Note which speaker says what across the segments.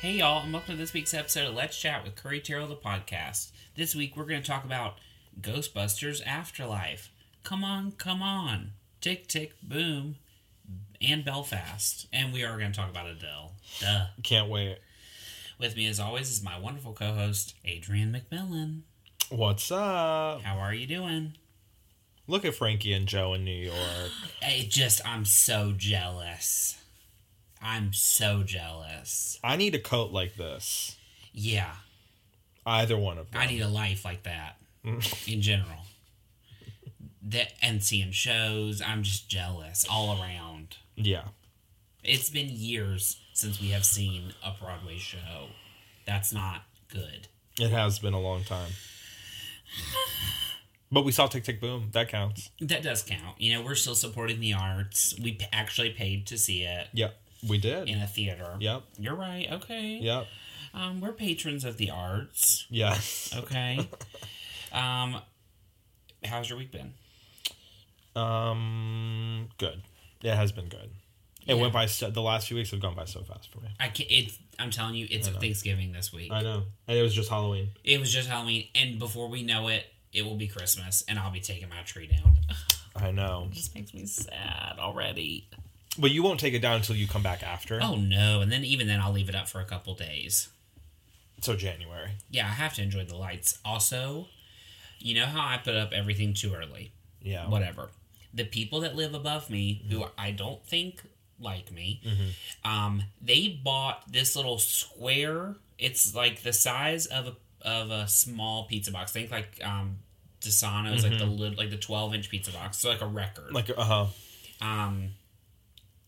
Speaker 1: Hey, y'all, and welcome to this week's episode of Let's Chat with Curry Terrell, the podcast. This week, we're going to talk about Ghostbusters Afterlife. Come on, come on. Tick, tick, boom. And Belfast. And we are going to talk about Adele. Duh.
Speaker 2: Can't wait.
Speaker 1: With me, as always, is my wonderful co host, Adrian McMillan.
Speaker 2: What's up?
Speaker 1: How are you doing?
Speaker 2: Look at Frankie and Joe in New York.
Speaker 1: Hey, just, I'm so jealous. I'm so jealous.
Speaker 2: I need a coat like this.
Speaker 1: Yeah,
Speaker 2: Either one of them.
Speaker 1: I need a life like that in general. That and seeing shows, I'm just jealous all around.
Speaker 2: yeah.
Speaker 1: It's been years since we have seen a Broadway show. That's not good.
Speaker 2: It has been a long time. But we saw Tick Tick Boom. That counts.
Speaker 1: That does count. You know, we're still supporting the arts. We p- actually paid to see it
Speaker 2: Yep. We did.
Speaker 1: in a theater.
Speaker 2: Yep.
Speaker 1: You're right. Okay.
Speaker 2: Yep.
Speaker 1: Um, we're patrons of the arts.
Speaker 2: Yes.
Speaker 1: Okay. um, how's your week been?
Speaker 2: Um good. It has been good. It
Speaker 1: Yeah.
Speaker 2: went by so, the last few weeks have gone by so fast for me.
Speaker 1: I can It's. I'm telling you, it's Thanksgiving this week.
Speaker 2: I know. And it was just Halloween.
Speaker 1: It was just Halloween, and before we know it, it will be Christmas, and I'll be taking my tree down.
Speaker 2: I know.
Speaker 1: It just makes me sad already.
Speaker 2: But you won't take it down until you come back after.
Speaker 1: Oh no! And then even then, I'll leave it up for a couple days.
Speaker 2: So January.
Speaker 1: Yeah, I have to enjoy the lights. Also, you know how I put up everything too early.
Speaker 2: Yeah.
Speaker 1: Whatever. The people that live above me, who I don't think like me, um, they bought this little square. It's like the size of a of a small pizza box. Think like um, Desano's, like the lit- like the twelve inch pizza box, so like a record.
Speaker 2: Mm-hmm. Like uh huh.
Speaker 1: um,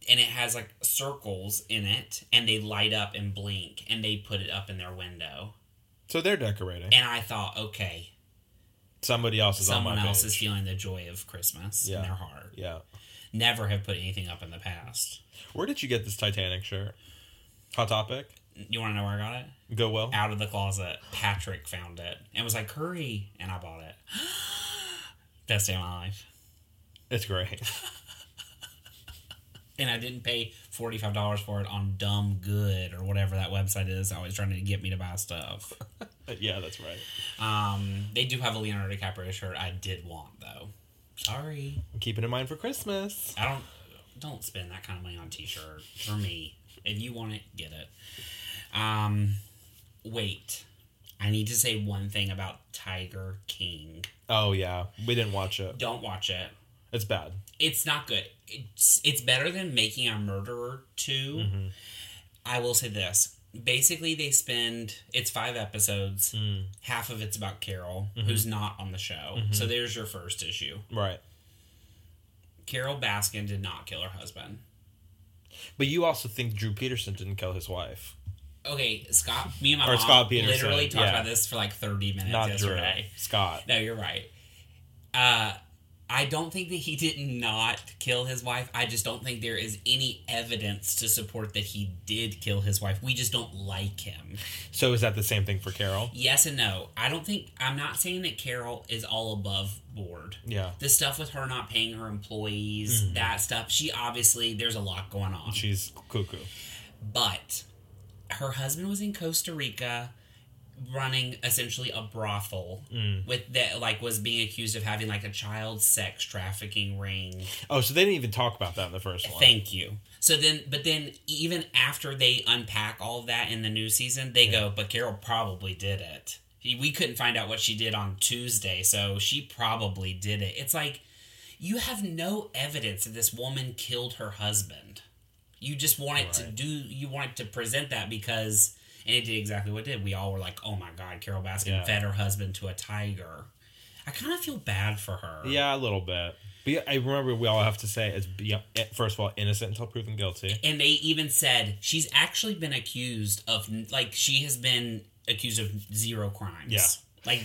Speaker 1: and it has like circles in it, and they light up and blink, and they put it up in their window.
Speaker 2: So they're decorating.
Speaker 1: And I thought, okay,
Speaker 2: Somebody else is on
Speaker 1: someone
Speaker 2: my
Speaker 1: else
Speaker 2: page.
Speaker 1: is feeling the joy of Christmas
Speaker 2: Yeah.
Speaker 1: in their heart.
Speaker 2: Yeah.
Speaker 1: Never have put anything up in the past.
Speaker 2: Where did you get this Titanic shirt? Hot Topic?
Speaker 1: You want to know where I got it?
Speaker 2: Go well.
Speaker 1: Out of the closet, Patrick found it and was like, "Hurry!" and I bought it. Best day of my life.
Speaker 2: It's great.
Speaker 1: And I didn't pay forty five dollars for it on Dumb Good or whatever that website is. Always trying to get me to buy stuff.
Speaker 2: yeah, that's right.
Speaker 1: Um, they do have a Leonardo DiCaprio shirt I did want though. Sorry,
Speaker 2: Keep it in mind for Christmas.
Speaker 1: I don't. Don't spend that kind of money on t shirt for me. If you want it, get it. Um, wait. I need to say one thing about Tiger King.
Speaker 2: Oh yeah. We didn't watch it.
Speaker 1: Don't watch it.
Speaker 2: It's bad.
Speaker 1: It's not good. It's it's better than making a murderer 2
Speaker 2: Mm-hmm.
Speaker 1: I will say this. Basically, they spend it's five episodes.
Speaker 2: Mm.
Speaker 1: Half of it's about Carol,
Speaker 2: Mm-hmm.
Speaker 1: who's not on the show. So there's your first issue.
Speaker 2: Right.
Speaker 1: Carol Baskin did not kill her husband.
Speaker 2: But you also think Drew Peterson didn't kill his wife.
Speaker 1: Okay, Scott, me and my
Speaker 2: Or
Speaker 1: mom
Speaker 2: Scott Peterson,
Speaker 1: literally talked
Speaker 2: yeah.
Speaker 1: about this for like 30 minutes
Speaker 2: Not Drew.
Speaker 1: yesterday.
Speaker 2: Scott.
Speaker 1: No, you're right. Uh, I don't think that he did not kill his wife. I just don't think there is any evidence to support that he did kill his wife. We just don't like him.
Speaker 2: So is that the same thing for Carol?
Speaker 1: Yes and no. I don't think, I'm not saying that Carol is all above board.
Speaker 2: Yeah.
Speaker 1: The stuff with her not paying her employees, that stuff, she obviously, there's a lot going on.
Speaker 2: She's cuckoo.
Speaker 1: But her husband was in Costa Rica running essentially a brothel with that like was being accused of having like a child sex trafficking ring.
Speaker 2: Oh, so they didn't even talk about that in the first one.
Speaker 1: Thank you. So then but then even after they unpack all of that in the new season, they go, but Carol probably did it. We couldn't find out what she did on Tuesday, so she probably did it. It's like you have no evidence that this woman killed her husband. You just wanted to do you wanted to present that because and it did exactly what it did. We all were like, "Oh my god, Carol Baskin
Speaker 2: Yeah.
Speaker 1: fed her husband to a tiger." I kind of feel bad for her.
Speaker 2: Yeah, a little bit. But yeah, I remember we all have to say it's be- first of all innocent until proven guilty.
Speaker 1: And they even said she's actually been accused of like she has been accused of zero crimes.
Speaker 2: Yeah.
Speaker 1: Like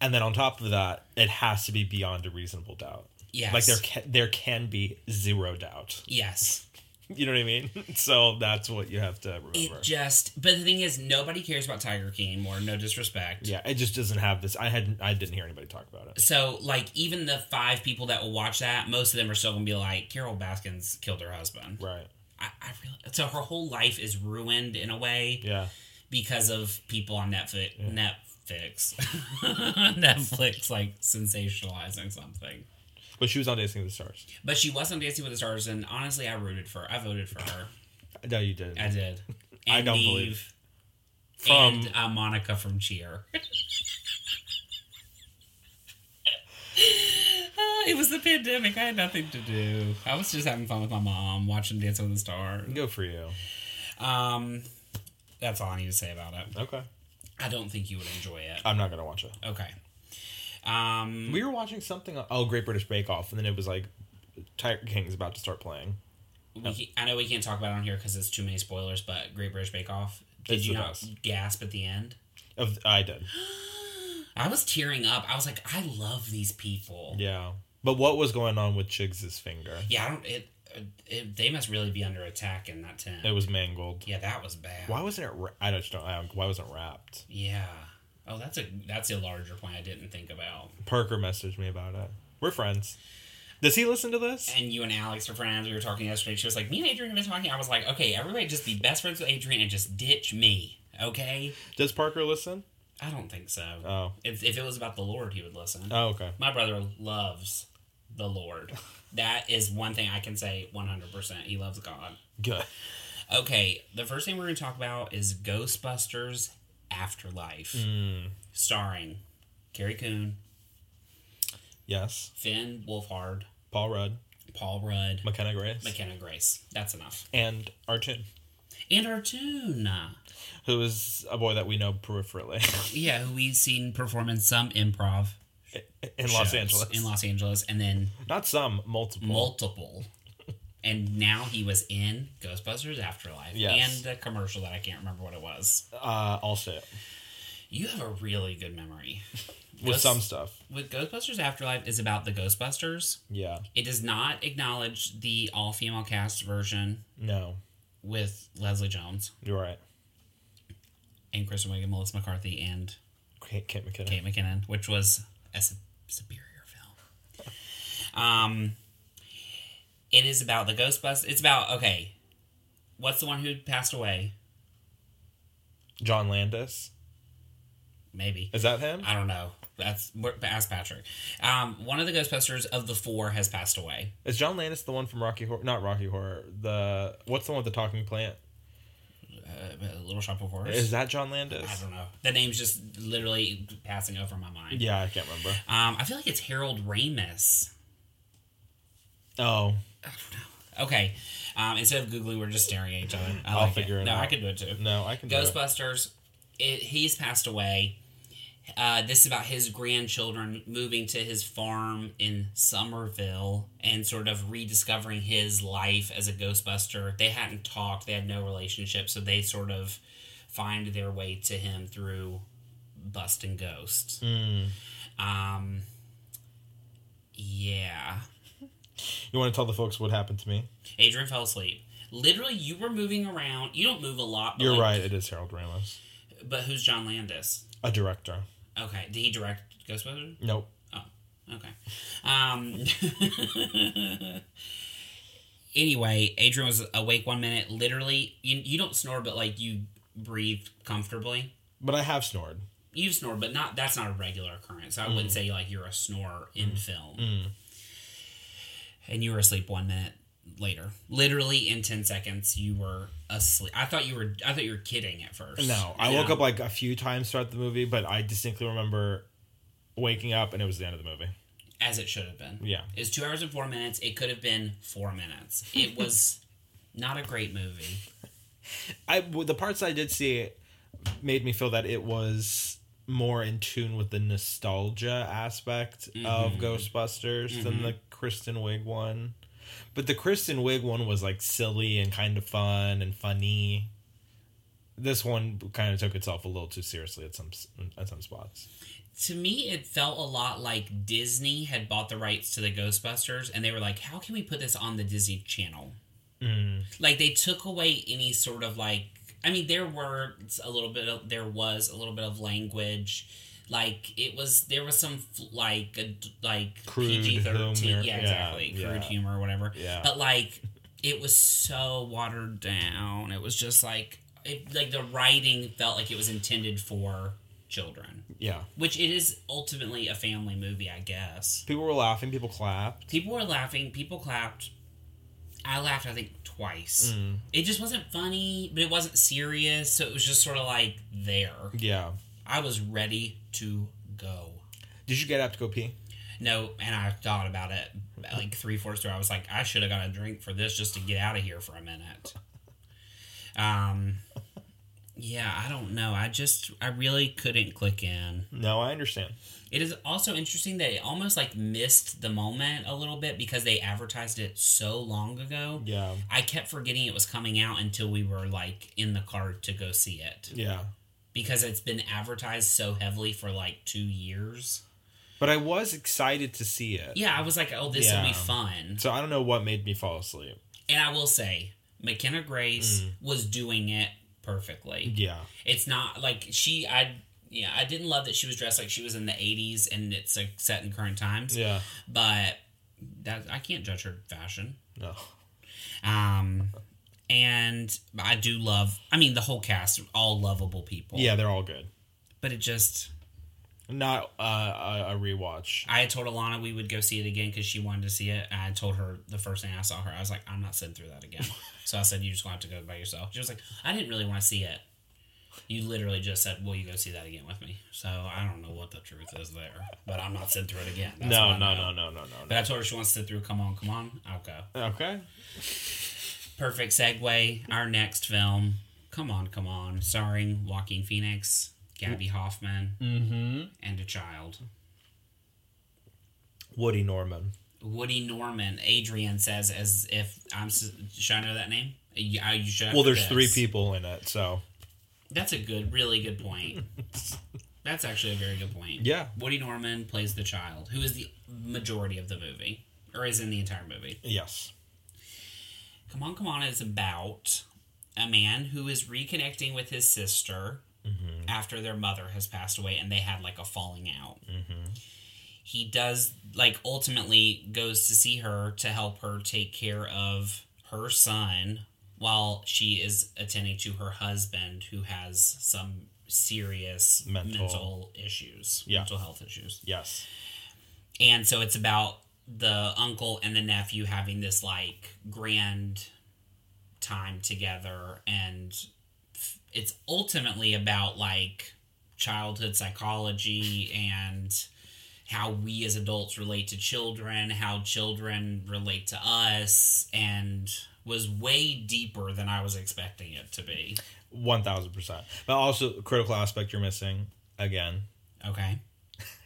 Speaker 2: And then on top of that, it has to be beyond a reasonable doubt.
Speaker 1: yes.
Speaker 2: Like there can, there can be zero doubt.
Speaker 1: yes.
Speaker 2: You know what I mean? So that's what you have to remember.
Speaker 1: It just but the thing is nobody cares about Tiger King anymore, no disrespect.
Speaker 2: yeah, it just doesn't have this. I had I didn't hear anybody talk about it.
Speaker 1: So like even the five people that will watch that, most of them are still gonna be like, Carol Baskins killed her husband.
Speaker 2: Right.
Speaker 1: I, I really so her whole life is ruined in a way.
Speaker 2: Yeah.
Speaker 1: because of people on Netflix. Netflix. Netflix like sensationalizing something.
Speaker 2: But she was on Dancing with the Stars.
Speaker 1: But she was on Dancing with the Stars, and honestly, I rooted for. I voted for her.
Speaker 2: No, you didn't.
Speaker 1: I did. And
Speaker 2: I don't
Speaker 1: Neve
Speaker 2: believe- From-
Speaker 1: and uh, Monica from Cheer. Uh, it was the pandemic. I had nothing to do. I was just having fun with my mom, watching Dancing with the Stars.
Speaker 2: Go for you.
Speaker 1: Um, that's all I need to say about it.
Speaker 2: Okay.
Speaker 1: I don't think you would enjoy it.
Speaker 2: I'm not gonna watch it.
Speaker 1: Okay. Um,
Speaker 2: We were watching something. on- Oh, Great British Bake Off, and then it was like Tiger King's about to start playing.
Speaker 1: we can, I know we can't talk about it on here because it's too many spoilers. But Great British Bake Off. Did
Speaker 2: It's
Speaker 1: you
Speaker 2: the
Speaker 1: not
Speaker 2: best.
Speaker 1: gasp at the end?
Speaker 2: Of I did.
Speaker 1: I was tearing up. I was like, I love these people.
Speaker 2: Yeah. But what was going on with Chiggs's finger?
Speaker 1: Yeah, I don't. It, it they must really be under attack in that tent.
Speaker 2: It was mangled.
Speaker 1: yeah, that was bad.
Speaker 2: Oh. Why wasn't it? Ra- I don't know. I don't- Why wasn't it wrapped?
Speaker 1: Yeah. Oh, that's a that's a larger point I didn't think about.
Speaker 2: Parker messaged me about it. We're friends. Does he listen to this?
Speaker 1: And you and Alex are friends. We were talking yesterday. She was like, "Me and Adrian have been talking." I was like, "Okay, everybody, just be best friends with Adrian and just ditch me." Okay.
Speaker 2: Does Parker listen?
Speaker 1: I don't think so.
Speaker 2: Oh.
Speaker 1: If, if it was about the Lord, he would listen.
Speaker 2: Oh, okay.
Speaker 1: My brother loves the Lord. that is one thing I can say 100%. He loves God.
Speaker 2: Good.
Speaker 1: Okay, the first thing we're going to talk about is Ghostbusters Afterlife,
Speaker 2: Mm.
Speaker 1: starring Carrie Coon,
Speaker 2: Yes.
Speaker 1: Finn Wolfhard,
Speaker 2: Paul Rudd,
Speaker 1: Paul Rudd,
Speaker 2: McKenna Grace,
Speaker 1: McKenna Grace. That's enough.
Speaker 2: and Artun,
Speaker 1: And Artuna.
Speaker 2: who is a boy that we know peripherally
Speaker 1: Yeah, who we've seen perform in some improv
Speaker 2: in Los
Speaker 1: shows
Speaker 2: Angeles.
Speaker 1: In Los Angeles, and then
Speaker 2: Not some, multiple.
Speaker 1: multiple. And now he was in Ghostbusters Afterlife
Speaker 2: Yes.
Speaker 1: and the commercial that I can't remember what it was.
Speaker 2: uh, I'll say it.
Speaker 1: You have a really good memory.
Speaker 2: With
Speaker 1: Ghost-
Speaker 2: some stuff.
Speaker 1: with Ghostbusters Afterlife is about the Ghostbusters.
Speaker 2: Yeah.
Speaker 1: It does not acknowledge the all female cast version
Speaker 2: No.
Speaker 1: with Leslie Jones
Speaker 2: You're right.
Speaker 1: and Kristen Wiig and Melissa McCarthy and
Speaker 2: Kate, Kate McKinnon.
Speaker 1: Kate McKinnon, which was a su- superior film. Um, it is about the Ghostbusters. It's about okay, what's the one who passed away?
Speaker 2: John Landis.
Speaker 1: Maybe
Speaker 2: Is that him?
Speaker 1: I don't know. That's we're- ask Patrick. Um, one of the Ghostbusters of the four has passed away.
Speaker 2: Is John Landis the one from Rocky Horror? Not Rocky Horror. The what's the one with the talking plant?
Speaker 1: Uh, Little Shop of Horrors.
Speaker 2: Is that John
Speaker 1: I
Speaker 2: Landis?
Speaker 1: don't know. The name's just literally passing over my mind.
Speaker 2: Yeah, I can't remember.
Speaker 1: Um, I feel like it's Harold Ramis.
Speaker 2: Oh,
Speaker 1: Okay. Um, instead of googling, we're just staring at each other. I
Speaker 2: I'll
Speaker 1: like
Speaker 2: figure it
Speaker 1: no, I
Speaker 2: out.
Speaker 1: can do it too.
Speaker 2: no, I can. do it.
Speaker 1: Ghostbusters. It, he's passed away. Uh, this is about his grandchildren moving to his farm in Somerville and sort of rediscovering his life as a Ghostbuster. They hadn't talked, they had no relationship, so they sort of find their way to him through busting ghosts.
Speaker 2: Mm. Hmm.
Speaker 1: Um, yeah.
Speaker 2: You want to tell the folks what happened to me?
Speaker 1: Adrian fell asleep. Literally, you were moving around. You don't move a lot. But
Speaker 2: You're
Speaker 1: like-
Speaker 2: right. It is Harold Ramos,
Speaker 1: But who's John Landis?
Speaker 2: a director.
Speaker 1: Okay. Did he direct Ghostbusters?
Speaker 2: Nope.
Speaker 1: Oh, okay. Um, anyway, Adrian was awake one minute. Literally, you, you don't snore, but like you breathe comfortably.
Speaker 2: But I have snored.
Speaker 1: You've snored, but not that's not a regular occurrence. I
Speaker 2: Mm.
Speaker 1: wouldn't say like you're a snorer in film. And you were asleep one minute later. Literally in ten seconds, you were asleep. I thought you were. I thought you were kidding at first.
Speaker 2: No, I woke up like a few times throughout the movie, but I distinctly remember waking up and it was the end of the movie.
Speaker 1: as it should have been.
Speaker 2: Yeah.
Speaker 1: It's two hours and four minutes. It could have been four minutes. It was not a great movie.
Speaker 2: I w- the parts I did see made me feel that it was more in tune with the nostalgia aspect of Ghostbusters than the Kristen Wiig one. But the Kristen Wiig one was like silly and kind of fun and funny. This one kind of took itself a little too seriously at some s- at some spots.
Speaker 1: To me, it felt a lot like Disney had bought the rights to the Ghostbusters and they were like, how can we put this on the Disney Channel?
Speaker 2: Mm-hmm.
Speaker 1: Like, they took away any sort of like. I mean, there were a little bit of. There was a little bit of language. Like, it was. There was some, f- like, a, like
Speaker 2: Crude
Speaker 1: PG 13.
Speaker 2: humor.
Speaker 1: Yeah,
Speaker 2: Yeah,
Speaker 1: exactly. Crude
Speaker 2: yeah.
Speaker 1: humor or whatever.
Speaker 2: Yeah.
Speaker 1: But, like, it was so watered down. It was just like, it, like the writing felt like it was intended for children,
Speaker 2: Yeah.
Speaker 1: which it is ultimately a family movie, I guess.
Speaker 2: People were laughing. People clapped.
Speaker 1: People were laughing, people clapped. I laughed, I think, twice. It just wasn't funny, but it wasn't serious, so it was just sort of like there.
Speaker 2: Yeah.
Speaker 1: I was ready to go.
Speaker 2: Did you get up to go pee?
Speaker 1: No, and I thought about it like three fourths through. I was like, I should have got a drink for this just to get out of here for a minute. Um, yeah, I don't know. I just, I really couldn't click in.
Speaker 2: No, I understand.
Speaker 1: It is also interesting that it almost like missed the moment a little bit because they advertised it so long ago.
Speaker 2: Yeah.
Speaker 1: I kept forgetting it was coming out until we were like in the car to go see it
Speaker 2: Yeah.
Speaker 1: because it's been advertised so heavily for like two years.
Speaker 2: But I was excited to see it.
Speaker 1: Yeah, I was like, oh, this will
Speaker 2: Yeah.
Speaker 1: be fun.
Speaker 2: So I don't know what made me fall asleep.
Speaker 1: And I will say, McKenna Grace
Speaker 2: Mm.
Speaker 1: was doing it perfectly.
Speaker 2: Yeah.
Speaker 1: It's not like she, I, yeah, I didn't love that she was dressed like she was in the 80s and it's like set in current times,
Speaker 2: Yeah.
Speaker 1: but that I can't judge her fashion.
Speaker 2: No.
Speaker 1: Um, and I do love, I mean, the whole cast, all lovable people.
Speaker 2: Yeah, they're all good.
Speaker 1: But it just,
Speaker 2: Not uh, a, a rewatch.
Speaker 1: I had told Alana we would go see it again because she wanted to see it. And I told her the first thing I saw her, I was like, I'm not sitting through that again. so I said, You just want to have to go by yourself. She was like, I didn't really want to see it. You literally just said, Will you go see that again with me? So I don't know what the truth is there, but I'm not sitting through it again. That's what
Speaker 2: No, no,
Speaker 1: I know.
Speaker 2: no, no, no, no,
Speaker 1: But I told her she wants to sit through Come On, Come On. I'll go.
Speaker 2: no. Okay.
Speaker 1: Perfect segue. Our next film, Come On, Come On, starring Joaquin Phoenix, Gabby Hoffman,
Speaker 2: Mm. Mm-hmm.
Speaker 1: and a child.
Speaker 2: Woody Norman.
Speaker 1: Woody Norman, Adrian says, as if I'm. s- Should I know that name? You, I- you should.
Speaker 2: Well, there's
Speaker 1: Yes.
Speaker 2: three people in it, so
Speaker 1: That's a good, really good point. That's actually a very good point.
Speaker 2: Yeah.
Speaker 1: Woody Norman plays the child, who is the majority of the movie, or is in the entire movie.
Speaker 2: yes.
Speaker 1: Come on, come on is about a man who is reconnecting with his sister after their mother has passed away and they had like a falling out. He does like ultimately goes to see her to help her take care of her son while she is attending to her husband who has some serious
Speaker 2: Mental.
Speaker 1: mental, issues,
Speaker 2: Yeah.
Speaker 1: mental health issues.
Speaker 2: Yes.
Speaker 1: And so it's about the uncle and the nephew having this like grand time together and f- it's ultimately about like childhood psychology and how we as adults relate to children, how children relate to us and was way deeper than I was expecting it to be.
Speaker 2: One thousand percent. But also critical aspect you're missing again.
Speaker 1: Okay.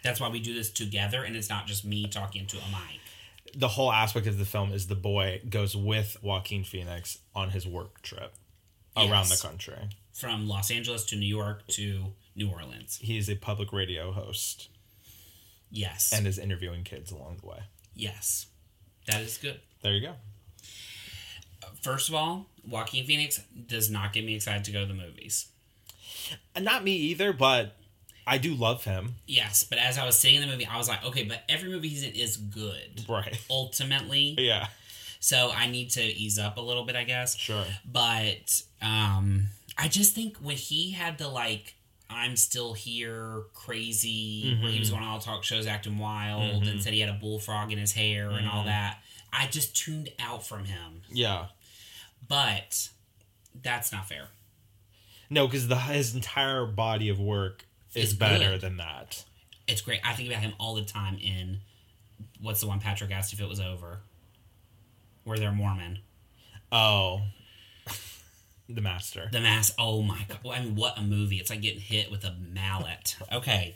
Speaker 1: That's why we do this together and it's not just me talking to a mic.
Speaker 2: The whole aspect of the film is the boy goes with Joaquin Phoenix on his work trip around the
Speaker 1: Yes.
Speaker 2: country.
Speaker 1: from Los Angeles to New York to New Orleans.
Speaker 2: He is a public radio host
Speaker 1: Yes.
Speaker 2: and is interviewing kids along the way.
Speaker 1: yes. That is good.
Speaker 2: There you go.
Speaker 1: First of all, Joaquin Phoenix does not get me excited to go to the movies.
Speaker 2: And not me either, but I do love him.
Speaker 1: Yes, but as I was seeing the movie, I was like, okay, but every movie he's in is good.
Speaker 2: Right.
Speaker 1: Ultimately.
Speaker 2: Yeah.
Speaker 1: So I need to ease up a little bit, I guess.
Speaker 2: Sure.
Speaker 1: But um I just think when he had the like I'm still here, crazy, where he was going on all talk shows acting wild and said he had a bullfrog in his hair and all that. I just tuned out from him.
Speaker 2: Yeah.
Speaker 1: But that's not fair.
Speaker 2: No, because the his entire body of work is
Speaker 1: Is
Speaker 2: better
Speaker 1: good.
Speaker 2: than that.
Speaker 1: It's great. I think about him all the time in what's the one Patrick asked if it was over? Where they're Mormon.
Speaker 2: Oh, the master.
Speaker 1: The mass. Oh my god! Well, I mean, what a movie! It's like getting hit with a mallet. Okay,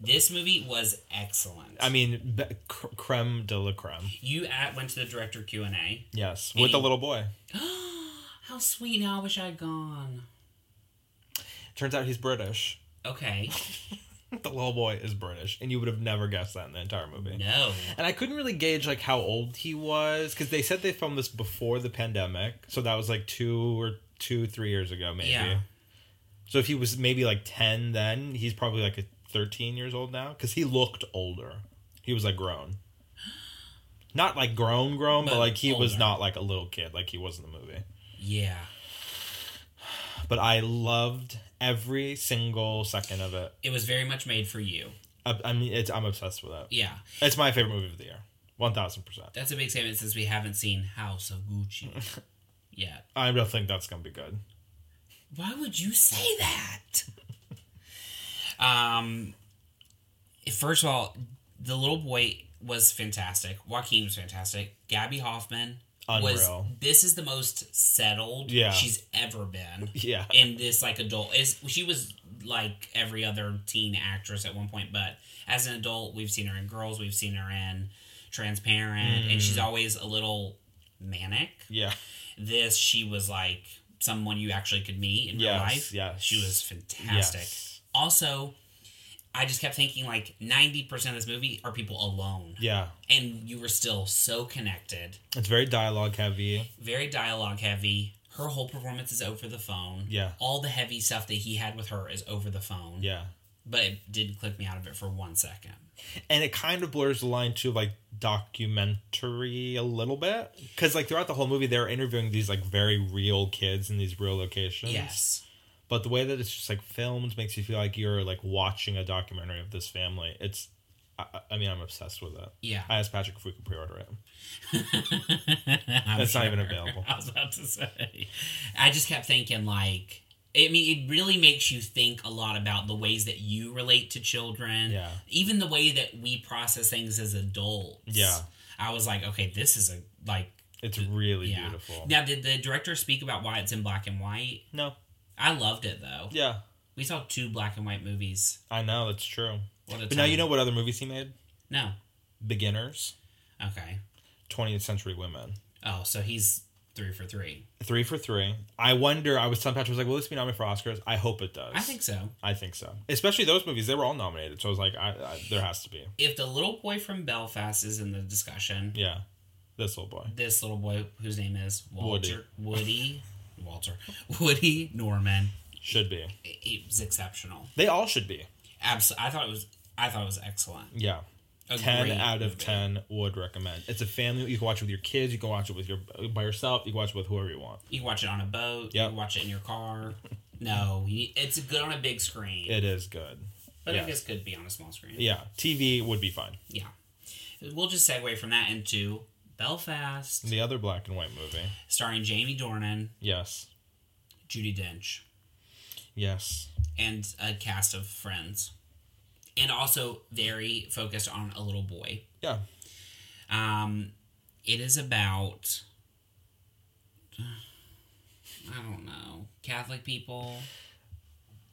Speaker 1: this movie was excellent.
Speaker 2: I mean, be- cr- creme de la creme.
Speaker 1: you at, went to the director Q and A.
Speaker 2: Yes, with the
Speaker 1: Any-
Speaker 2: little boy.
Speaker 1: How sweet! Now I wish I'd gone.
Speaker 2: Turns out he's British.
Speaker 1: Okay,
Speaker 2: The little boy is British, and you would have never guessed that in the entire movie.
Speaker 1: no,
Speaker 2: And I couldn't really gauge like how old he was because they said they filmed this before the pandemic, so that was like two or two three years ago maybe.
Speaker 1: Yeah.
Speaker 2: So if he was maybe like ten then, he's probably like a thirteen years old now because he looked older. He was like grown, not like grown grown, but,
Speaker 1: But
Speaker 2: like he was
Speaker 1: older.
Speaker 2: not like a little kid like he was in the movie.
Speaker 1: yeah.
Speaker 2: but I loved every single second of it.
Speaker 1: It was very much made for you.
Speaker 2: I, I mean, it's I'm obsessed with it.
Speaker 1: Yeah,
Speaker 2: It's my favorite movie of the year, one thousand percent.
Speaker 1: that's a big statement since we haven't seen House of Gucci yet.
Speaker 2: I don't think that's gonna be good.
Speaker 1: Why would you say that? um, first of all, the little boy was fantastic. Joaquin was fantastic. Gabby Hoffman was.
Speaker 2: Unreal.
Speaker 1: This is the most settled
Speaker 2: Yeah.
Speaker 1: she's ever been.
Speaker 2: Yeah,
Speaker 1: in this like adult is she was like every other teen actress at one point but as an adult we've seen her in girls we've seen her in transparent and
Speaker 2: Mm.
Speaker 1: she's always a little manic
Speaker 2: yeah,
Speaker 1: this she was like someone you actually could meet in real
Speaker 2: Yes,
Speaker 1: life
Speaker 2: yes.
Speaker 1: she was fantastic
Speaker 2: Yes.
Speaker 1: also i just kept thinking like 90% of this movie are people alone
Speaker 2: yeah.
Speaker 1: and you were still so connected
Speaker 2: It's very dialogue heavy.
Speaker 1: very dialogue heavy. Her whole performance is over the phone.
Speaker 2: Yeah.
Speaker 1: All the heavy stuff that he had with her is over the phone.
Speaker 2: Yeah,
Speaker 1: But it did click me out of it for one second.
Speaker 2: and it kind of blurs the line to like documentary a little bit because like throughout the whole movie they're interviewing these like very real kids in these real locations
Speaker 1: Yes.
Speaker 2: but the way that it's just like filmed makes you feel like you're like watching a documentary of this family it's i, I- I mean i'm obsessed with it
Speaker 1: Yeah.
Speaker 2: i asked patrick if we could pre-order it
Speaker 1: I'm
Speaker 2: It's not even available.
Speaker 1: I was about to say. I just kept thinking, like, I mean, it really makes you think a lot about the ways that you relate to children.
Speaker 2: Yeah.
Speaker 1: Even the way that we process things as adults.
Speaker 2: Yeah.
Speaker 1: I was like, okay, this is a, like,
Speaker 2: it's really
Speaker 1: yeah.
Speaker 2: beautiful
Speaker 1: Now, did the director speak about why it's in black and white?
Speaker 2: no
Speaker 1: I loved it though.
Speaker 2: yeah
Speaker 1: We saw two black and white movies.
Speaker 2: i know that's true
Speaker 1: What a
Speaker 2: but now
Speaker 1: time.
Speaker 2: you know what other movies he made
Speaker 1: No.
Speaker 2: beginners
Speaker 1: Okay.
Speaker 2: 20th century women
Speaker 1: Oh, so he's three for three.
Speaker 2: three for three i wonder i was some patrick was like will this be nominated for oscars i hope it does
Speaker 1: I think so.
Speaker 2: I think so. Especially those movies, they were all nominated. So I was like, I, I there has to be.
Speaker 1: If the little boy from Belfast is in the discussion,
Speaker 2: Yeah, this little boy.
Speaker 1: this little boy whose name is Walter Woody, Walter Woody Norman,
Speaker 2: Should be.
Speaker 1: it was exceptional.
Speaker 2: They all should be.
Speaker 1: Abs- I thought it was. I thought it was excellent.
Speaker 2: Yeah.
Speaker 1: A
Speaker 2: 10
Speaker 1: great
Speaker 2: out of
Speaker 1: movie.
Speaker 2: 10 would recommend. It's a family. You can watch it with your kids. You can watch it with your by yourself. You can watch it with whoever you want.
Speaker 1: You can watch it on a boat. You
Speaker 2: Yep.
Speaker 1: can watch it in your car. No, you- it's good on a big screen,
Speaker 2: It is good.
Speaker 1: but
Speaker 2: yeah.
Speaker 1: I guess could be on a small screen.
Speaker 2: Yeah. TV would be fine.
Speaker 1: Yeah. We'll just segue from that into Belfast,
Speaker 2: The other black and white movie.
Speaker 1: starring Jamie Dornan,
Speaker 2: Yes.
Speaker 1: Judy Dench,
Speaker 2: Yes.
Speaker 1: and a cast of friends. And also very focused on a little boy.
Speaker 2: Yeah.
Speaker 1: Um, it is about, I don't know, Catholic people.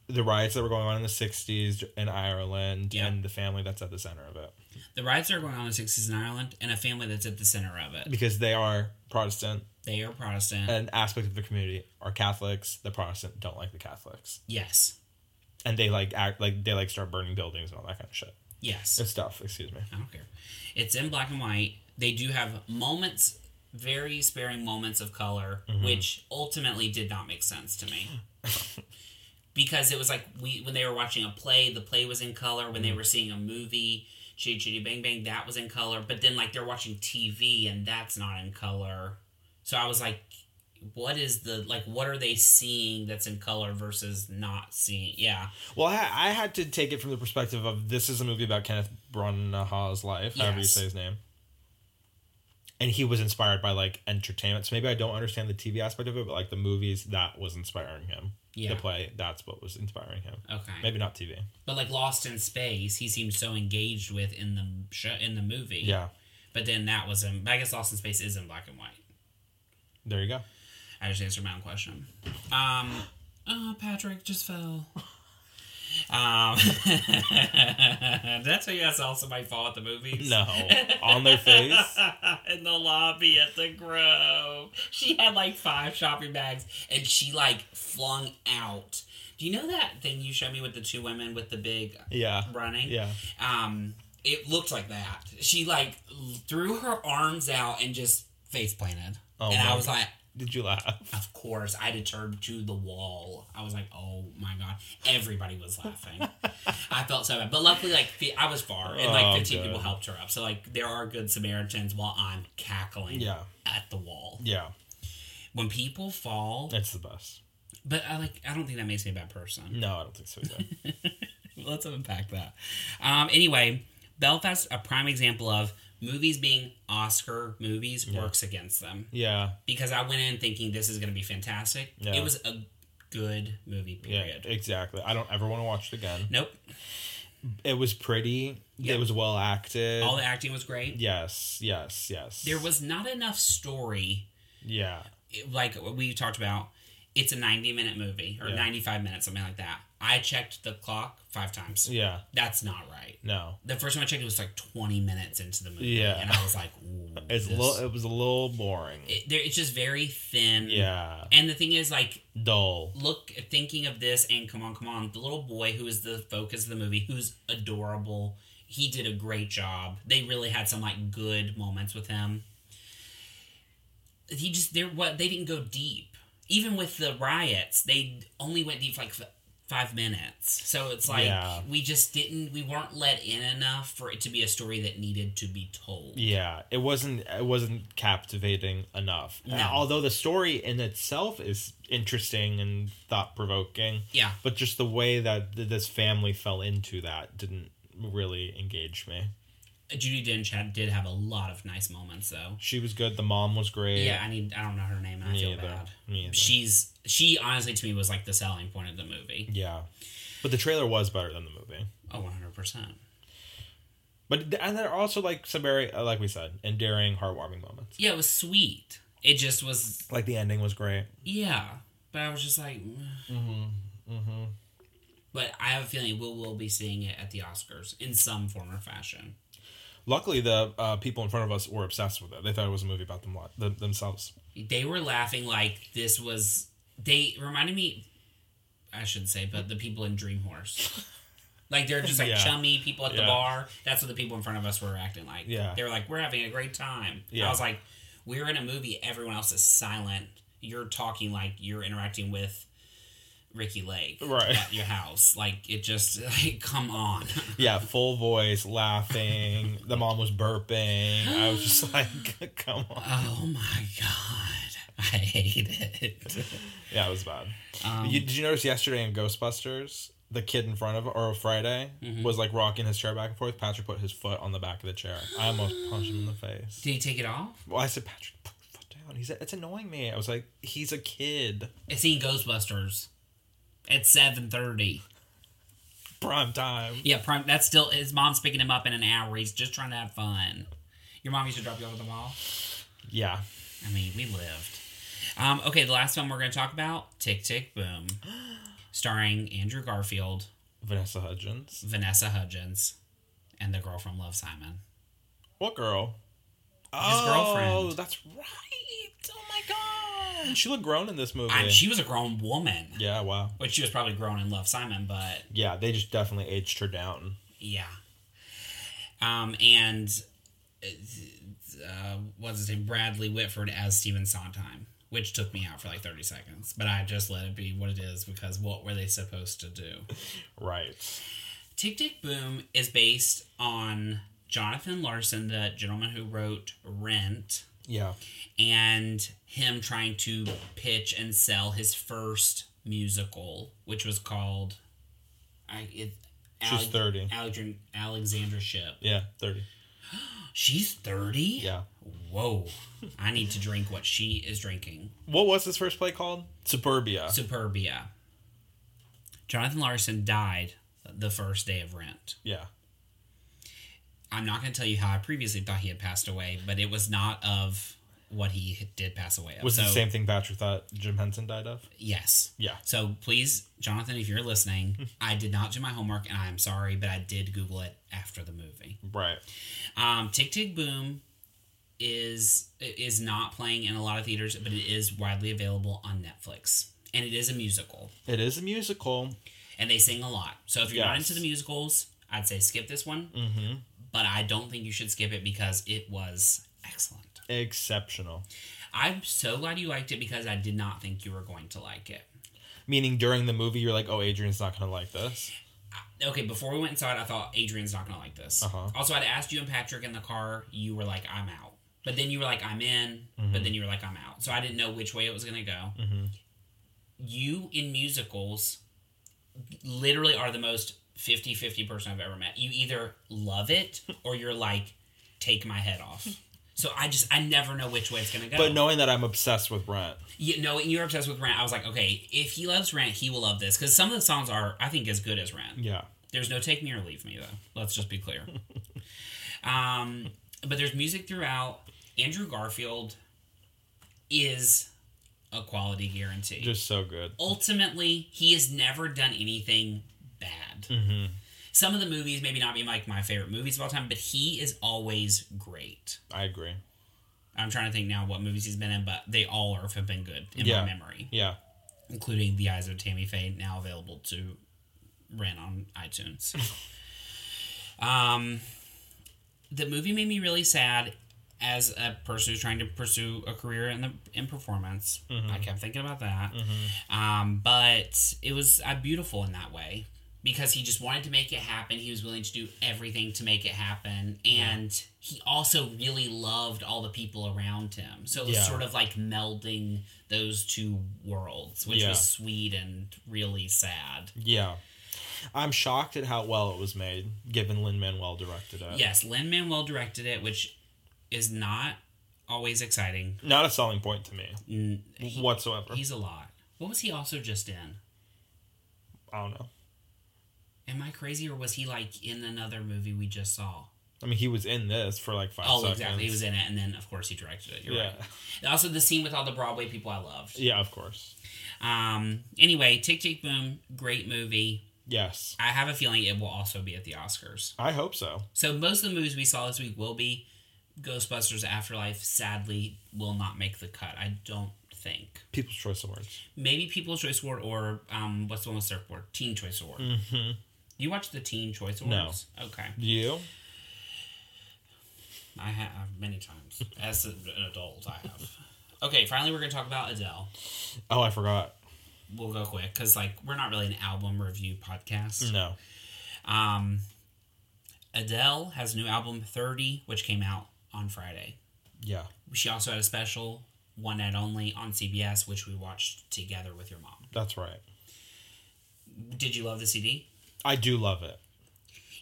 Speaker 2: The riots that were going on in the 60s in Ireland
Speaker 1: Yeah.
Speaker 2: and the family that's at the center of it.
Speaker 1: The riots that are going on in the 60s in Ireland, and a family that's at the center of it.
Speaker 2: Because they are Protestant
Speaker 1: They are Protestant.
Speaker 2: an aspect of the community are Catholics. The Protestant don't like the Catholics,
Speaker 1: yes.
Speaker 2: and they like act like they like start burning buildings and all that kind of shit.
Speaker 1: Yes.
Speaker 2: It's tough. Excuse me.
Speaker 1: I don't care. It's in black and white. They do have moments, very sparing moments of color, which ultimately did not make sense to me. because it was like we when they were watching a play, the play was in color. When they were seeing a movie, Chitty Chitty Bang Bang, that was in color. But then like they're watching TV and that's not in color. So I was like, what is the like? What are they seeing that's in color versus not seeing? Yeah,
Speaker 2: Well, I, I had to take it from the perspective of this is a movie about Kenneth Branagh's life, however you
Speaker 1: Yes.
Speaker 2: say his name. And he was inspired by like entertainment. So maybe I don't understand the TV aspect of it, but like the movies, that was inspiring him.
Speaker 1: Yeah.
Speaker 2: The play, that's what was inspiring him.
Speaker 1: okay.
Speaker 2: Maybe not TV.
Speaker 1: But like Lost in Space, he seemed so engaged with in the show, in the movie.
Speaker 2: Yeah.
Speaker 1: But then that was in. I guess Lost in Space is in black and white.
Speaker 2: There you go.
Speaker 1: I just answered my own question. Um, oh, Patrick just fell. Um, that's how you guys saw somebody fall at the movies.
Speaker 2: No. On their face.
Speaker 1: in the lobby at the Grove. She had like five shopping bags and she like flung out. Do you know that thing you showed me with the two women with the big
Speaker 2: Yeah.
Speaker 1: running?
Speaker 2: Yeah.
Speaker 1: um it looked like that she like threw her arms out and just face planted
Speaker 2: Oh
Speaker 1: and
Speaker 2: my
Speaker 1: i was like
Speaker 2: Did you laugh?
Speaker 1: of course i deterred to the wall i was like oh my god everybody was laughing i felt so bad but luckily like fi- i was far and
Speaker 2: Oh,
Speaker 1: like 15
Speaker 2: good.
Speaker 1: people helped her up so like there are good samaritans while i'm cackling
Speaker 2: Yeah.
Speaker 1: at the wall
Speaker 2: Yeah.
Speaker 1: when people fall
Speaker 2: It's the best.
Speaker 1: But I like I don't think that makes me a bad person.
Speaker 2: No, I don't think so. Either.
Speaker 1: Let's unpack that. Um, anyway, Belfast, a prime example of movies being Oscar movies, works against them
Speaker 2: yeah,
Speaker 1: because I went in thinking this is going to be fantastic.
Speaker 2: Yeah.
Speaker 1: It was a good movie.
Speaker 2: yeah,
Speaker 1: Period.
Speaker 2: exactly. I don't ever want to watch it again.
Speaker 1: Nope.
Speaker 2: It was pretty.
Speaker 1: Yeah.
Speaker 2: It was well acted.
Speaker 1: All the acting was great.
Speaker 2: yes, yes, yes.
Speaker 1: There was not enough story,
Speaker 2: yeah,
Speaker 1: like we talked about. It's a ninety-minute movie or
Speaker 2: Yeah.
Speaker 1: ninety-five minutes, something like that. I checked the clock five times.
Speaker 2: yeah.
Speaker 1: That's not right.
Speaker 2: No,
Speaker 1: The first time I checked, it was like twenty minutes into the movie,
Speaker 2: Yeah.
Speaker 1: and I was like, Ooh,
Speaker 2: it's a
Speaker 1: this-
Speaker 2: little. It was a little boring.
Speaker 1: it, there, it's just very thin.
Speaker 2: yeah,
Speaker 1: And the thing is, like,
Speaker 2: dull.
Speaker 1: look, thinking of this and come on, come on, the little boy who is the focus of the movie, who's adorable. He did a great job. They really had some like good moments with him. He just they're what they didn't go deep. Even with the riots, they only went deep for, like f- five minutes. So it's like
Speaker 2: Yeah.
Speaker 1: we just didn't we weren't let in enough for it to be a story that needed to be told.
Speaker 2: Yeah, it wasn't. It wasn't captivating enough.
Speaker 1: No.
Speaker 2: Uh, Although the story in itself is interesting and thought provoking,
Speaker 1: Yeah.
Speaker 2: but just the way that th- this family fell into that didn't really engage me.
Speaker 1: Judy Dench had, did have a lot of nice moments though.
Speaker 2: She was good. The mom was great.
Speaker 1: Yeah, I need. I don't know her name. And I
Speaker 2: me
Speaker 1: feel
Speaker 2: either.
Speaker 1: bad.
Speaker 2: Me either.
Speaker 1: She's she honestly to me was like the selling point of the movie.
Speaker 2: yeah, but the trailer was better than the movie.
Speaker 1: Oh, one hundred percent.
Speaker 2: But th- and there are also like some very uh, like we said endearing, heartwarming moments.
Speaker 1: Yeah, it was sweet. It just was.
Speaker 2: Like the ending was great.
Speaker 1: Yeah, but I was just like. Mm-hmm. Mm-hmm.
Speaker 2: Mm-hmm.
Speaker 1: But I have a feeling we will be seeing it at the Oscars in some form or fashion.
Speaker 2: Luckily, the uh, people in front of us were obsessed with it. They thought it was a movie about them th- themselves.
Speaker 1: They were laughing like this was. They reminded me. I shouldn't say, but the people in Dream Horse. Like they're just like
Speaker 2: Yeah.
Speaker 1: chummy people at the
Speaker 2: Yeah.
Speaker 1: bar. That's what the people in front of us were acting like.
Speaker 2: Yeah.
Speaker 1: They were like, we're having a great time. I
Speaker 2: Yeah.
Speaker 1: was like, we're in a movie, everyone else is silent. You're talking like you're interacting with Ricky Lake
Speaker 2: Right.
Speaker 1: at your house. Like it just like come on.
Speaker 2: Yeah, full voice, laughing. the mom was burping. I was just like, come on.
Speaker 1: oh my God. I hate it.
Speaker 2: Yeah, it was bad.
Speaker 1: Um,
Speaker 2: you, did you notice yesterday in Ghostbusters, the kid in front of or Friday
Speaker 1: Mm-hmm.
Speaker 2: was like rocking his chair back and forth. Patrick put his foot on the back of the chair. I almost punched him in the face.
Speaker 1: Did he take it off?
Speaker 2: Well, I said, Patrick, put your foot down. He said, it's annoying me. I was like, he's a kid.
Speaker 1: I seen Ghostbusters at seven thirty.
Speaker 2: Prime time.
Speaker 1: Yeah, prime, that's still his mom's picking him up in an hour. He's just trying to have fun. Your mom used to drop you off at the mall.
Speaker 2: Yeah.
Speaker 1: I mean, we lived. Um, okay, the last one we're going to talk about Tick Tick Boom, starring Andrew Garfield,
Speaker 2: Vanessa Hudgens.
Speaker 1: Vanessa Hudgens, and the girl from Love Simon.
Speaker 2: What girl? Oh,
Speaker 1: girlfriend.
Speaker 2: that's right. Oh my god. She looked grown in this movie.
Speaker 1: I, she was a grown woman,
Speaker 2: yeah, wow.
Speaker 1: which she was probably grown in Love Simon, but
Speaker 2: Yeah, they just definitely aged her down.
Speaker 1: yeah. Um, and uh, what's his name? Bradley Whitford as Stephen Sondheim, which took me out for like 30 seconds, but I just let it be what it is because what were they supposed to do?
Speaker 2: Right.
Speaker 1: Tick Tick Boom is based on Jonathan Larson, the gentleman who wrote Rent,
Speaker 2: Yeah.
Speaker 1: and him trying to pitch and sell his first musical, which was called I it,
Speaker 2: She's 30.
Speaker 1: Alexandra, Alexandra Ship.
Speaker 2: Yeah, 30.
Speaker 1: She's 30?
Speaker 2: Yeah.
Speaker 1: Whoa. I need to drink what she is drinking.
Speaker 2: What was this first play called? Superbia.
Speaker 1: Superbia. Jonathan Larson died the first day of Rent.
Speaker 2: yeah.
Speaker 1: I'm not going to tell you how I previously thought he had passed away, but it was not of what he did pass away of.
Speaker 2: Was
Speaker 1: so,
Speaker 2: it the same thing Patrick thought Jim Henson died of?
Speaker 1: Yes.
Speaker 2: Yeah.
Speaker 1: So please, Jonathan, if you're listening, I did not do my homework, and I am sorry, but I did Google it after the movie.
Speaker 2: Right.
Speaker 1: Um, Tick Tick Boom is is not playing in a lot of theaters, but it is widely available on Netflix, and it is a musical,
Speaker 2: It is a musical.
Speaker 1: and they sing a lot. So if you're not
Speaker 2: Yes.
Speaker 1: into the musicals, I'd say skip this one. Mm-hmm. But I don't think you should skip it because it was excellent.
Speaker 2: Exceptional.
Speaker 1: I'm so glad you liked it because I did not think you were going to like it.
Speaker 2: Meaning during the movie, you're like, oh, Adrian's not going to like this.
Speaker 1: Okay, before we went inside, I thought Adrian's not going to like this.
Speaker 2: Uh-huh.
Speaker 1: Also, I'd asked you and Patrick in the car. You were like, I'm out.
Speaker 2: Mm-hmm.
Speaker 1: But then you were like, I'm in. But then you were like, I'm out. So I didn't know which way it was going to go. you in musicals literally are the most 50 50 person I've ever met. You either love it or you're like, take my head off. So I just I never know which way it's gonna go.
Speaker 2: But knowing that I'm obsessed with Rent,
Speaker 1: you know, and you're obsessed with Rent. I was like, okay, if he loves Rent, he will love this because some of the songs are I think as good as Rent.
Speaker 2: yeah,
Speaker 1: There's no take me or leave me though. Let's just be clear. um, but there's music throughout. Andrew Garfield is a quality guarantee.
Speaker 2: just so good.
Speaker 1: Ultimately, he has never done anything bad.
Speaker 2: Mm-hmm.
Speaker 1: Some of the movies maybe not being like my favorite movies of all time, but he is always great.
Speaker 2: I agree.
Speaker 1: I'm trying to think now what movies he's been in, but they all are, have been good in
Speaker 2: Yeah.
Speaker 1: my memory,
Speaker 2: Yeah,
Speaker 1: including The Eyes of Tammy Faye, now available to rent on iTunes. um, the movie made me really sad as a person who's trying to pursue a career in the in performance. I kept thinking about that, um, but it was uh, beautiful in that way because he just wanted to make it happen. He was willing to do everything to make it happen, and he also really loved all the people around him. So it was
Speaker 2: Yeah.
Speaker 1: sort of like melding those two worlds, which
Speaker 2: Yeah.
Speaker 1: was sweet and really sad.
Speaker 2: yeah. I'm shocked at how well it was made, given Lin Manuel directed it.
Speaker 1: Yes, Lin Manuel directed it, which is not always exciting.
Speaker 2: Not a selling point to me
Speaker 1: N-
Speaker 2: whatsoever.
Speaker 1: He's a lot. What was he also just in?
Speaker 2: I don't know.
Speaker 1: Am I crazy or was he like in another movie we just saw?
Speaker 2: I mean, he was in this for like five
Speaker 1: Oh,
Speaker 2: seconds.
Speaker 1: exactly. He was in it, and then of course he directed it. You're
Speaker 2: Yeah.
Speaker 1: right. And also, the scene with all the Broadway people I loved.
Speaker 2: Yeah, of course.
Speaker 1: Um. Anyway, Tick Tick Boom, great movie.
Speaker 2: Yes.
Speaker 1: I have a feeling it will also be at the Oscars.
Speaker 2: I hope so.
Speaker 1: So most of the movies we saw this week will be. Ghostbusters Afterlife sadly will not make the cut. I don't think.
Speaker 2: People's Choice Awards.
Speaker 1: Maybe People's Choice Award or um, what's the one with surfboard? Teen Choice Award.
Speaker 2: Mm-hmm.
Speaker 1: You watch the Teen Choice
Speaker 2: No.
Speaker 1: Awards? No. Okay.
Speaker 2: You?
Speaker 1: I have many times. As a- an adult, I have. Okay, finally, we're going to talk about Adele.
Speaker 2: Oh, I forgot.
Speaker 1: We'll go quick because, like, we're not really an album review podcast.
Speaker 2: No.
Speaker 1: Um, Adele has a new album, 30, which came out on Friday.
Speaker 2: Yeah.
Speaker 1: She also had a special, One Night Only, on CBS, which we watched together with your mom.
Speaker 2: That's right.
Speaker 1: Did you love the CD?
Speaker 2: I do love it.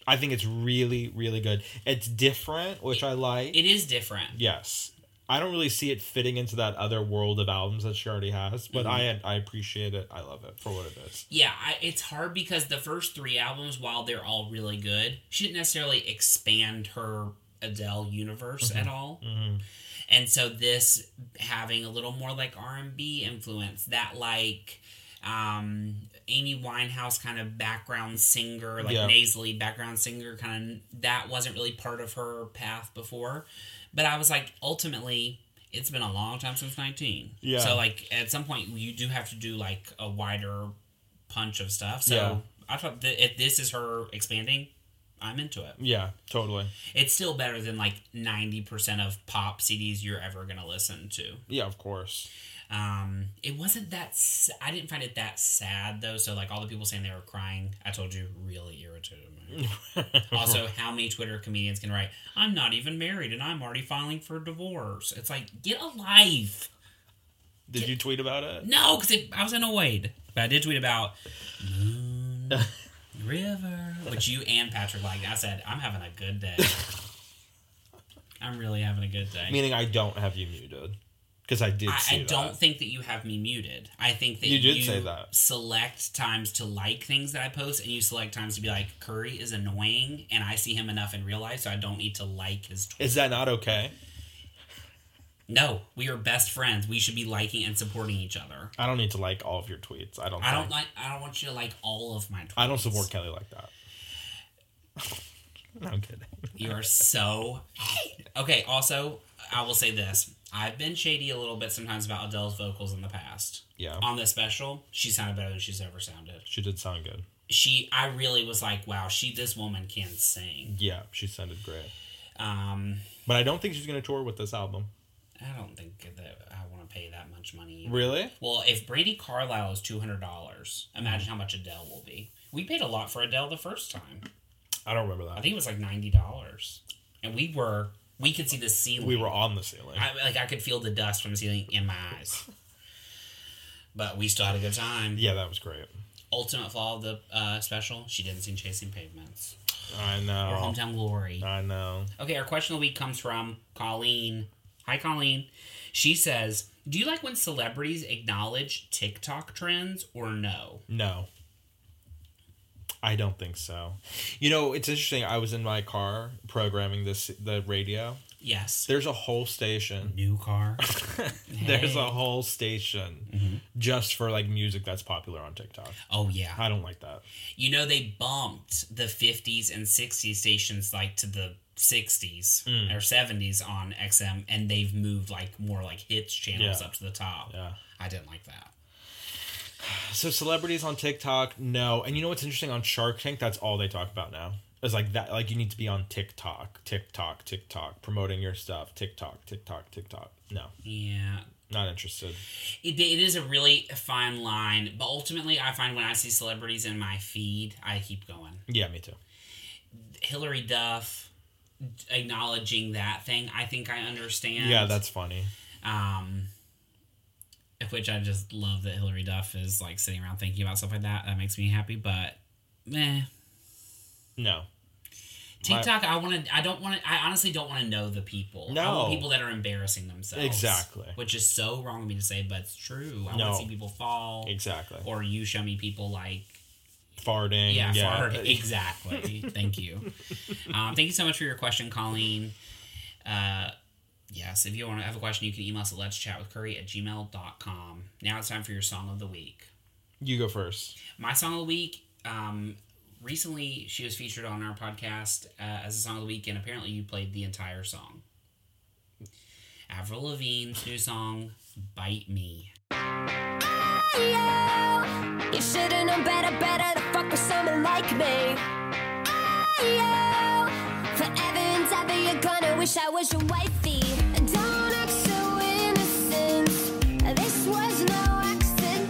Speaker 2: I think it's really, really good. It's different, which I like.
Speaker 1: It is different.
Speaker 2: yes. I don't really see it fitting into that other world of albums that she already has, but I I appreciate it. I love it for what it is.
Speaker 1: Yeah, I, it's hard because the first three albums, while they're all really good, she didn't necessarily expand her Adele universe
Speaker 2: Mm-hmm.
Speaker 1: at all. And so this having a little more like R and B influence, that like um Amy Winehouse kind of background singer, like
Speaker 2: Yeah.
Speaker 1: nasally background singer, kind of that wasn't really part of her path before. But I was like, ultimately, it's been a long time since nineteen.
Speaker 2: Yeah.
Speaker 1: So like at some point you do have to do like a wider punch of stuff. So
Speaker 2: Yeah.
Speaker 1: I thought that if this is her expanding, I'm into it.
Speaker 2: Yeah, totally.
Speaker 1: It's still better than like 90% of pop CDs you're ever going to listen to.
Speaker 2: Yeah, of course.
Speaker 1: Um, it wasn't that, s I didn't find it that sad though. So, like all the people saying they were crying, I told you, really irritated me. also, how many Twitter comedians can write, I'm not even married and I'm already filing for divorce? It's like, get a life.
Speaker 2: Did you tweet about it?
Speaker 1: No, because I was annoyed. But I did tweet about Moon River, which you and Patrick liked. I said, I'm having a good day. I'm really having a good day.
Speaker 2: Meaning I don't have you muted because I did.
Speaker 1: I,
Speaker 2: see
Speaker 1: I
Speaker 2: that.
Speaker 1: don't think that you have me muted. I think that
Speaker 2: You did say that.
Speaker 1: select times to like things that I post, and you select times to be like, Curry is annoying, and I see him enough in real life, so I don't need to like his tweet.
Speaker 2: Is that not okay?
Speaker 1: No, we are best friends. We should be liking and supporting each other.
Speaker 2: I don't need to like all of your tweets. I don't.
Speaker 1: I don't
Speaker 2: think.
Speaker 1: like. I don't want you to like all of my tweets.
Speaker 2: I don't support Kelly like that. no, I'm kidding.
Speaker 1: You are so okay. Also, I will say this: I've been shady a little bit sometimes about Adele's vocals in the past.
Speaker 2: Yeah.
Speaker 1: On this special, she sounded better than she's ever sounded.
Speaker 2: She did sound good.
Speaker 1: She, I really was like, wow, she, this woman can sing.
Speaker 2: Yeah, she sounded great.
Speaker 1: Um,
Speaker 2: But I don't think she's gonna tour with this album.
Speaker 1: I don't think that I want to pay that much money. either.
Speaker 2: Really?
Speaker 1: Well, if Brady Carlisle is two hundred dollars, imagine how much Adele will be. We paid a lot for Adele the first time.
Speaker 2: I don't remember
Speaker 1: I
Speaker 2: that.
Speaker 1: think it was like ninety dollars, and we were we could see the ceiling.
Speaker 2: We were on the ceiling.
Speaker 1: I like I could feel the dust from the ceiling in my eyes. But we still had a good time.
Speaker 2: Yeah, that was great.
Speaker 1: Ultimate flaw of the uh, special: she didn't sing "Chasing Pavements"
Speaker 2: I
Speaker 1: or
Speaker 2: know.
Speaker 1: "Hometown Glory."
Speaker 2: I know.
Speaker 1: Okay, our question of the week comes from Colleen. Hi, Colleen. She says, "Do you like when celebrities acknowledge TikTok trends or no?"
Speaker 2: No. I don't think so. You know, it's interesting. I was in my car programming this the radio.
Speaker 1: Yes.
Speaker 2: There's a whole station.
Speaker 1: New car.
Speaker 2: There's a whole station just for like music that's popular on TikTok.
Speaker 1: Oh yeah.
Speaker 2: I don't like that.
Speaker 1: You know, they bumped the 50s and 60s stations like to the 60s
Speaker 2: Hmm.
Speaker 1: or 70s on XM, and they've moved like more like hits channels
Speaker 2: Yeah.
Speaker 1: up to the top.
Speaker 2: Yeah.
Speaker 1: I didn't like that.
Speaker 2: So celebrities on TikTok, no. And you know what's interesting on Shark Tank? That's all they talk about now. It's like that. Like you need to be on TikTok, TikTok, TikTok, promoting your stuff. TikTok, TikTok, TikTok. No,
Speaker 1: Yeah.
Speaker 2: not interested.
Speaker 1: It, it is a really fine line, but ultimately, I find when I see celebrities in my feed, I keep going.
Speaker 2: Yeah, me too.
Speaker 1: Hillary Duff acknowledging that thing, I think I understand.
Speaker 2: Yeah, that's funny.
Speaker 1: Um, which I just love that Hillary Duff is like sitting around thinking about stuff like that. That makes me happy, but meh.
Speaker 2: No,
Speaker 1: TikTok, I want to. I don't want to. I honestly don't want to know the people. I
Speaker 2: No.
Speaker 1: want people that are embarrassing themselves.
Speaker 2: Exactly.
Speaker 1: Which is so wrong of me to say, but it's true. I
Speaker 2: No.
Speaker 1: want to see people fall,
Speaker 2: exactly.
Speaker 1: or you show me people like
Speaker 2: farting.
Speaker 1: yeah,
Speaker 2: Yeah,
Speaker 1: fart. exactly. thank you. Um, thank you so much for your question, Colleen. Uh, yes, if you want to have a question, you can email us at let's chat with curry at gmail.com. Now it's time for your song of the week.
Speaker 2: You go first.
Speaker 1: My song of the week. Um, recently, she was featured on our podcast uh, as a song of the week, and apparently, you played the entire song. Avril Lavigne's new song, "Bite Me."
Speaker 3: Ayo, You should've known better, better to fuck with someone like me. Ayo, Forever and ever, you're gonna wish I was your wifey. Don't act so innocent. This was no accident.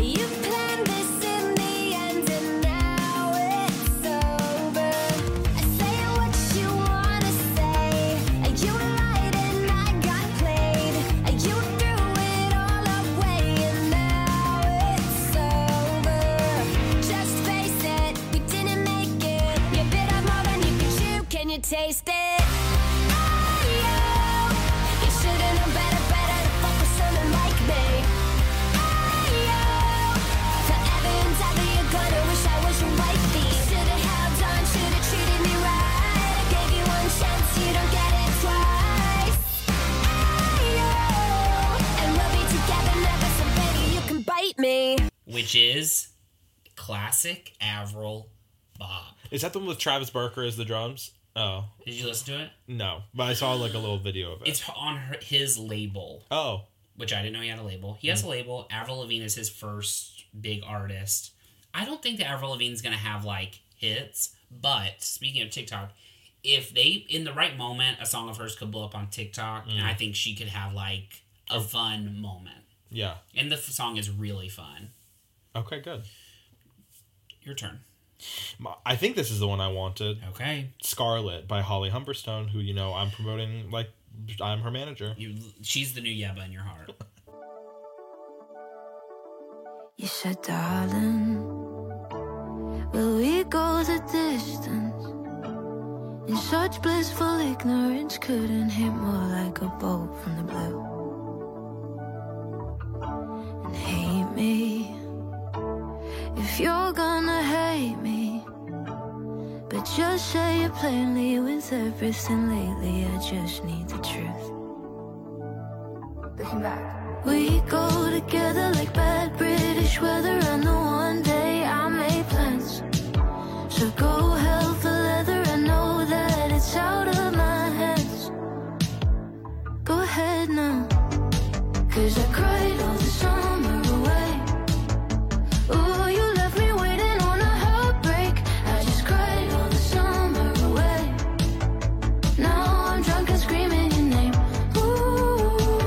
Speaker 3: You planned this in the end, and now it's over. Say what you wanna say. You lied and I got played. You threw it all away, and now it's over. Just face it, you didn't make it. You bit off more than you could chew. Can you taste it? You should've known better, better to fuck with someone like me. Forever and ever, you're gonna wish I was your wifey. Should've held on, should've treated me right. I gave you one chance, you don't get it twice. And we'll be together never, so baby, you can bite me.
Speaker 1: which is classic Avril Bob.
Speaker 2: Is that the one with Travis Barker as the drums? Oh
Speaker 1: Did you listen to it?
Speaker 2: no, but I saw like a little video of it.
Speaker 1: It's on her, his label,
Speaker 2: oh,
Speaker 1: which I didn't know he had a label. He has a label. Avril Lavigne is his first big artist. I don't think that Avril Lavigne's going to have like hits, but speaking of TikTok, if they in the right moment, a song of hers could blow up on TikTok, and I think she could have like a fun moment.
Speaker 2: yeah.
Speaker 1: And the f- song is really fun.
Speaker 2: Okay, good.
Speaker 1: Your turn.
Speaker 2: My- I think this is the one I wanted.
Speaker 1: Okay.
Speaker 2: Scarlet by Holly Humberstone, who you know I'm promoting. Like I'm her manager.
Speaker 1: You. She's the new Yeba in your heart.
Speaker 4: You said, darling, will we go the distance? In such blissful ignorance, couldn't hit more like a bolt from the blue. And hate me if you're gonna hate me. But just say it plainly with everything lately. I just need the truth. We go together like bad British weather. I know one day I made plans. So go hell for leather. I know that it's out of my hands. Go ahead now. Cause I cried all the summer away. Ooh, you left me waiting on a heartbreak. I just cried all the summer away. Now I'm drunk and screaming your name. Ooh,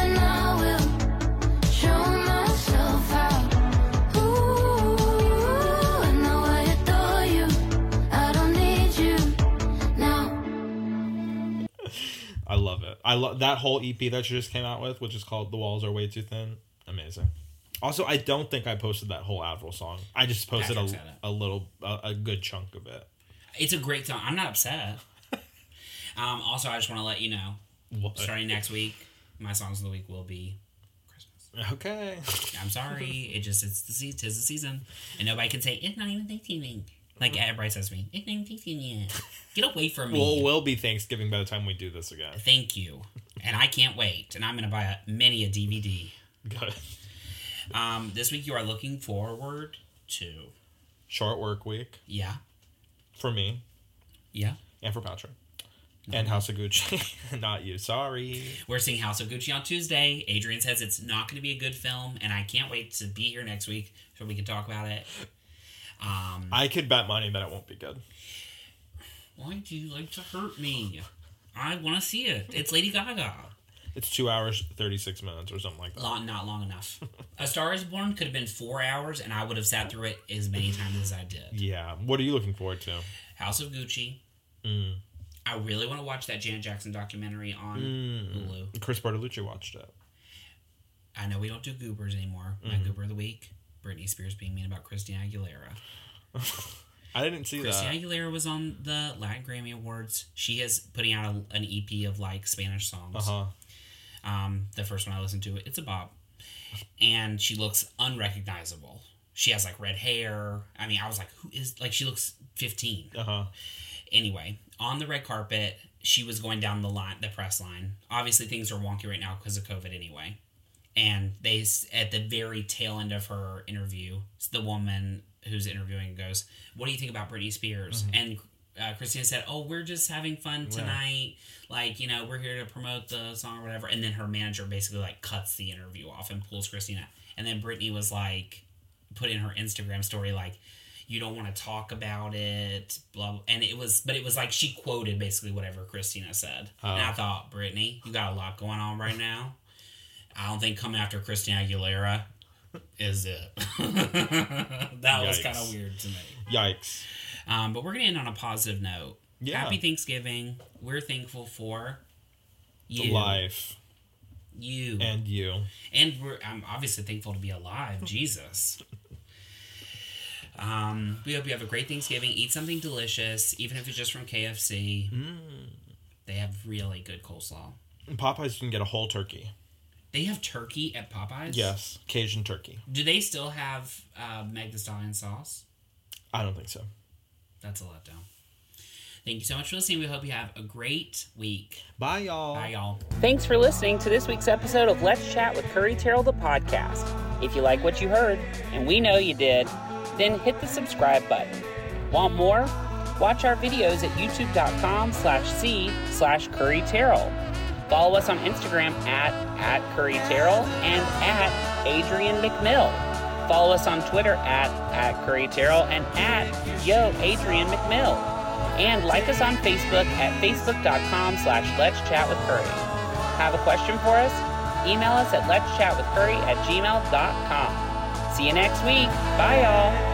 Speaker 4: and I will show myself out. Ooh, I know what you do.
Speaker 2: love it. I love that whole EP that you just came out with, which is called "The Walls Are Way Too Thin." Amazing. Also, I don't think I posted that whole Avril song. I just posted
Speaker 1: Patrick's
Speaker 2: a,
Speaker 1: had it.
Speaker 2: a little, a, a good chunk of it.
Speaker 1: It's a great song. I'm not upset. um, also, I just want to let you know,
Speaker 2: What?
Speaker 1: starting next week, my songs of the week will be Christmas.
Speaker 2: Okay.
Speaker 1: I'm sorry. It just it's the season. Tis the season, and nobody can say it's not even Thanksgiving. Like everybody says to me, it's not even Thanksgiving yet. Get away from me.
Speaker 2: well, will be Thanksgiving by the time we do this again.
Speaker 1: Thank you, and I can't wait. And I'm gonna buy a, many a DVD.
Speaker 2: Good.
Speaker 1: Um, this week you are looking forward to
Speaker 2: Short work week
Speaker 1: yeah
Speaker 2: for me
Speaker 1: yeah.
Speaker 2: and for Patrick and House of Gucci. Not you. Sorry.
Speaker 1: We're seeing House of Gucci on Tuesday. Adrian says it's not going to be a good film, and I can't wait to be here next week so we can talk about it. Um,
Speaker 2: I could bet money that it won't be good.
Speaker 1: why do you like to hurt me? I want to see it. It's Lady Gaga.
Speaker 2: It's two hours thirty six minutes or something like that.
Speaker 1: Long, not long enough. A Star Is Born could have been four hours, and I would have sat through it as many times as I did.
Speaker 2: Yeah. What are you looking forward to?
Speaker 1: House of Gucci. I really want to watch that Janet Jackson documentary on Hulu.
Speaker 2: Chris Bartolucci watched it.
Speaker 1: I know we don't do goobers anymore. My goober of the week: Britney Spears being mean about Christina Aguilera.
Speaker 2: I didn't see
Speaker 1: Christina
Speaker 2: that.
Speaker 1: Aguilera was on the Latin Grammy Awards. She is putting out a, an EP of like Spanish songs.
Speaker 2: Uh huh.
Speaker 1: Um, the first one I listened to, it's a bop, and she looks unrecognizable. She has like red hair. I mean, I was like, who is like? She looks fifteen.
Speaker 2: Uh huh.
Speaker 1: Anyway, on the red carpet, she was going down the line, the press line. Obviously, things are wonky right now because of COVID. Anyway, and they s- at the very tail end of her interview, the woman who's interviewing goes, "What do you think about Britney Spears?" And uh, Christina said, "Oh, we're just having fun tonight. Like, you know, we're here to promote the song or whatever." And then her manager basically like cuts the interview off and pulls Christina. And then Britney was like, put in her Instagram story like. You don't want to talk about it, blah, blah. And it was, but it was like she quoted basically whatever Christina said. And I thought, Brittany, you got a lot going on right now. I don't think coming after Christina Aguilera is it. that was
Speaker 2: Yikes.
Speaker 1: kind of weird to me.
Speaker 2: Yikes.
Speaker 1: Um, but we're going to end on a positive note.
Speaker 2: Yeah.
Speaker 1: Happy Thanksgiving. We're thankful for you.
Speaker 2: Life
Speaker 1: You. And,
Speaker 2: and you.
Speaker 1: we're, I'm obviously thankful to be alive. Jesus. Um, we hope you have a great Thanksgiving. Eat something delicious, even if it's just from KFC.
Speaker 2: Mm.
Speaker 1: They have really good coleslaw.
Speaker 2: And Popeyes can get a whole turkey.
Speaker 1: They have turkey at Popeyes?
Speaker 2: Yes, Cajun turkey.
Speaker 1: Do they still have uh, Meg Thee Stallion sauce?
Speaker 2: I don't think so.
Speaker 1: That's a letdown. Thank you so much for listening. We hope you have a great week.
Speaker 2: Bye, y'all.
Speaker 1: Bye, y'all.
Speaker 5: Thanks for listening to this week's episode of Let's Chat with Curry Terrell, the podcast. If you like what you heard, and we know you did, then hit the subscribe button. Want more? Watch our videos at youtube.com slash C slash Curry Terrell. Follow us on Instagram at, at Curry Terrell and at Adrian McMill. Follow us on Twitter at, at Curry Terrell and at Yo Adrian McMill. And like us on Facebook at facebook.com slash Let's Chat with Curry. Have a question for us? Email us at let's chat with Curry at gmail.com. See you next week. Bye, y'all.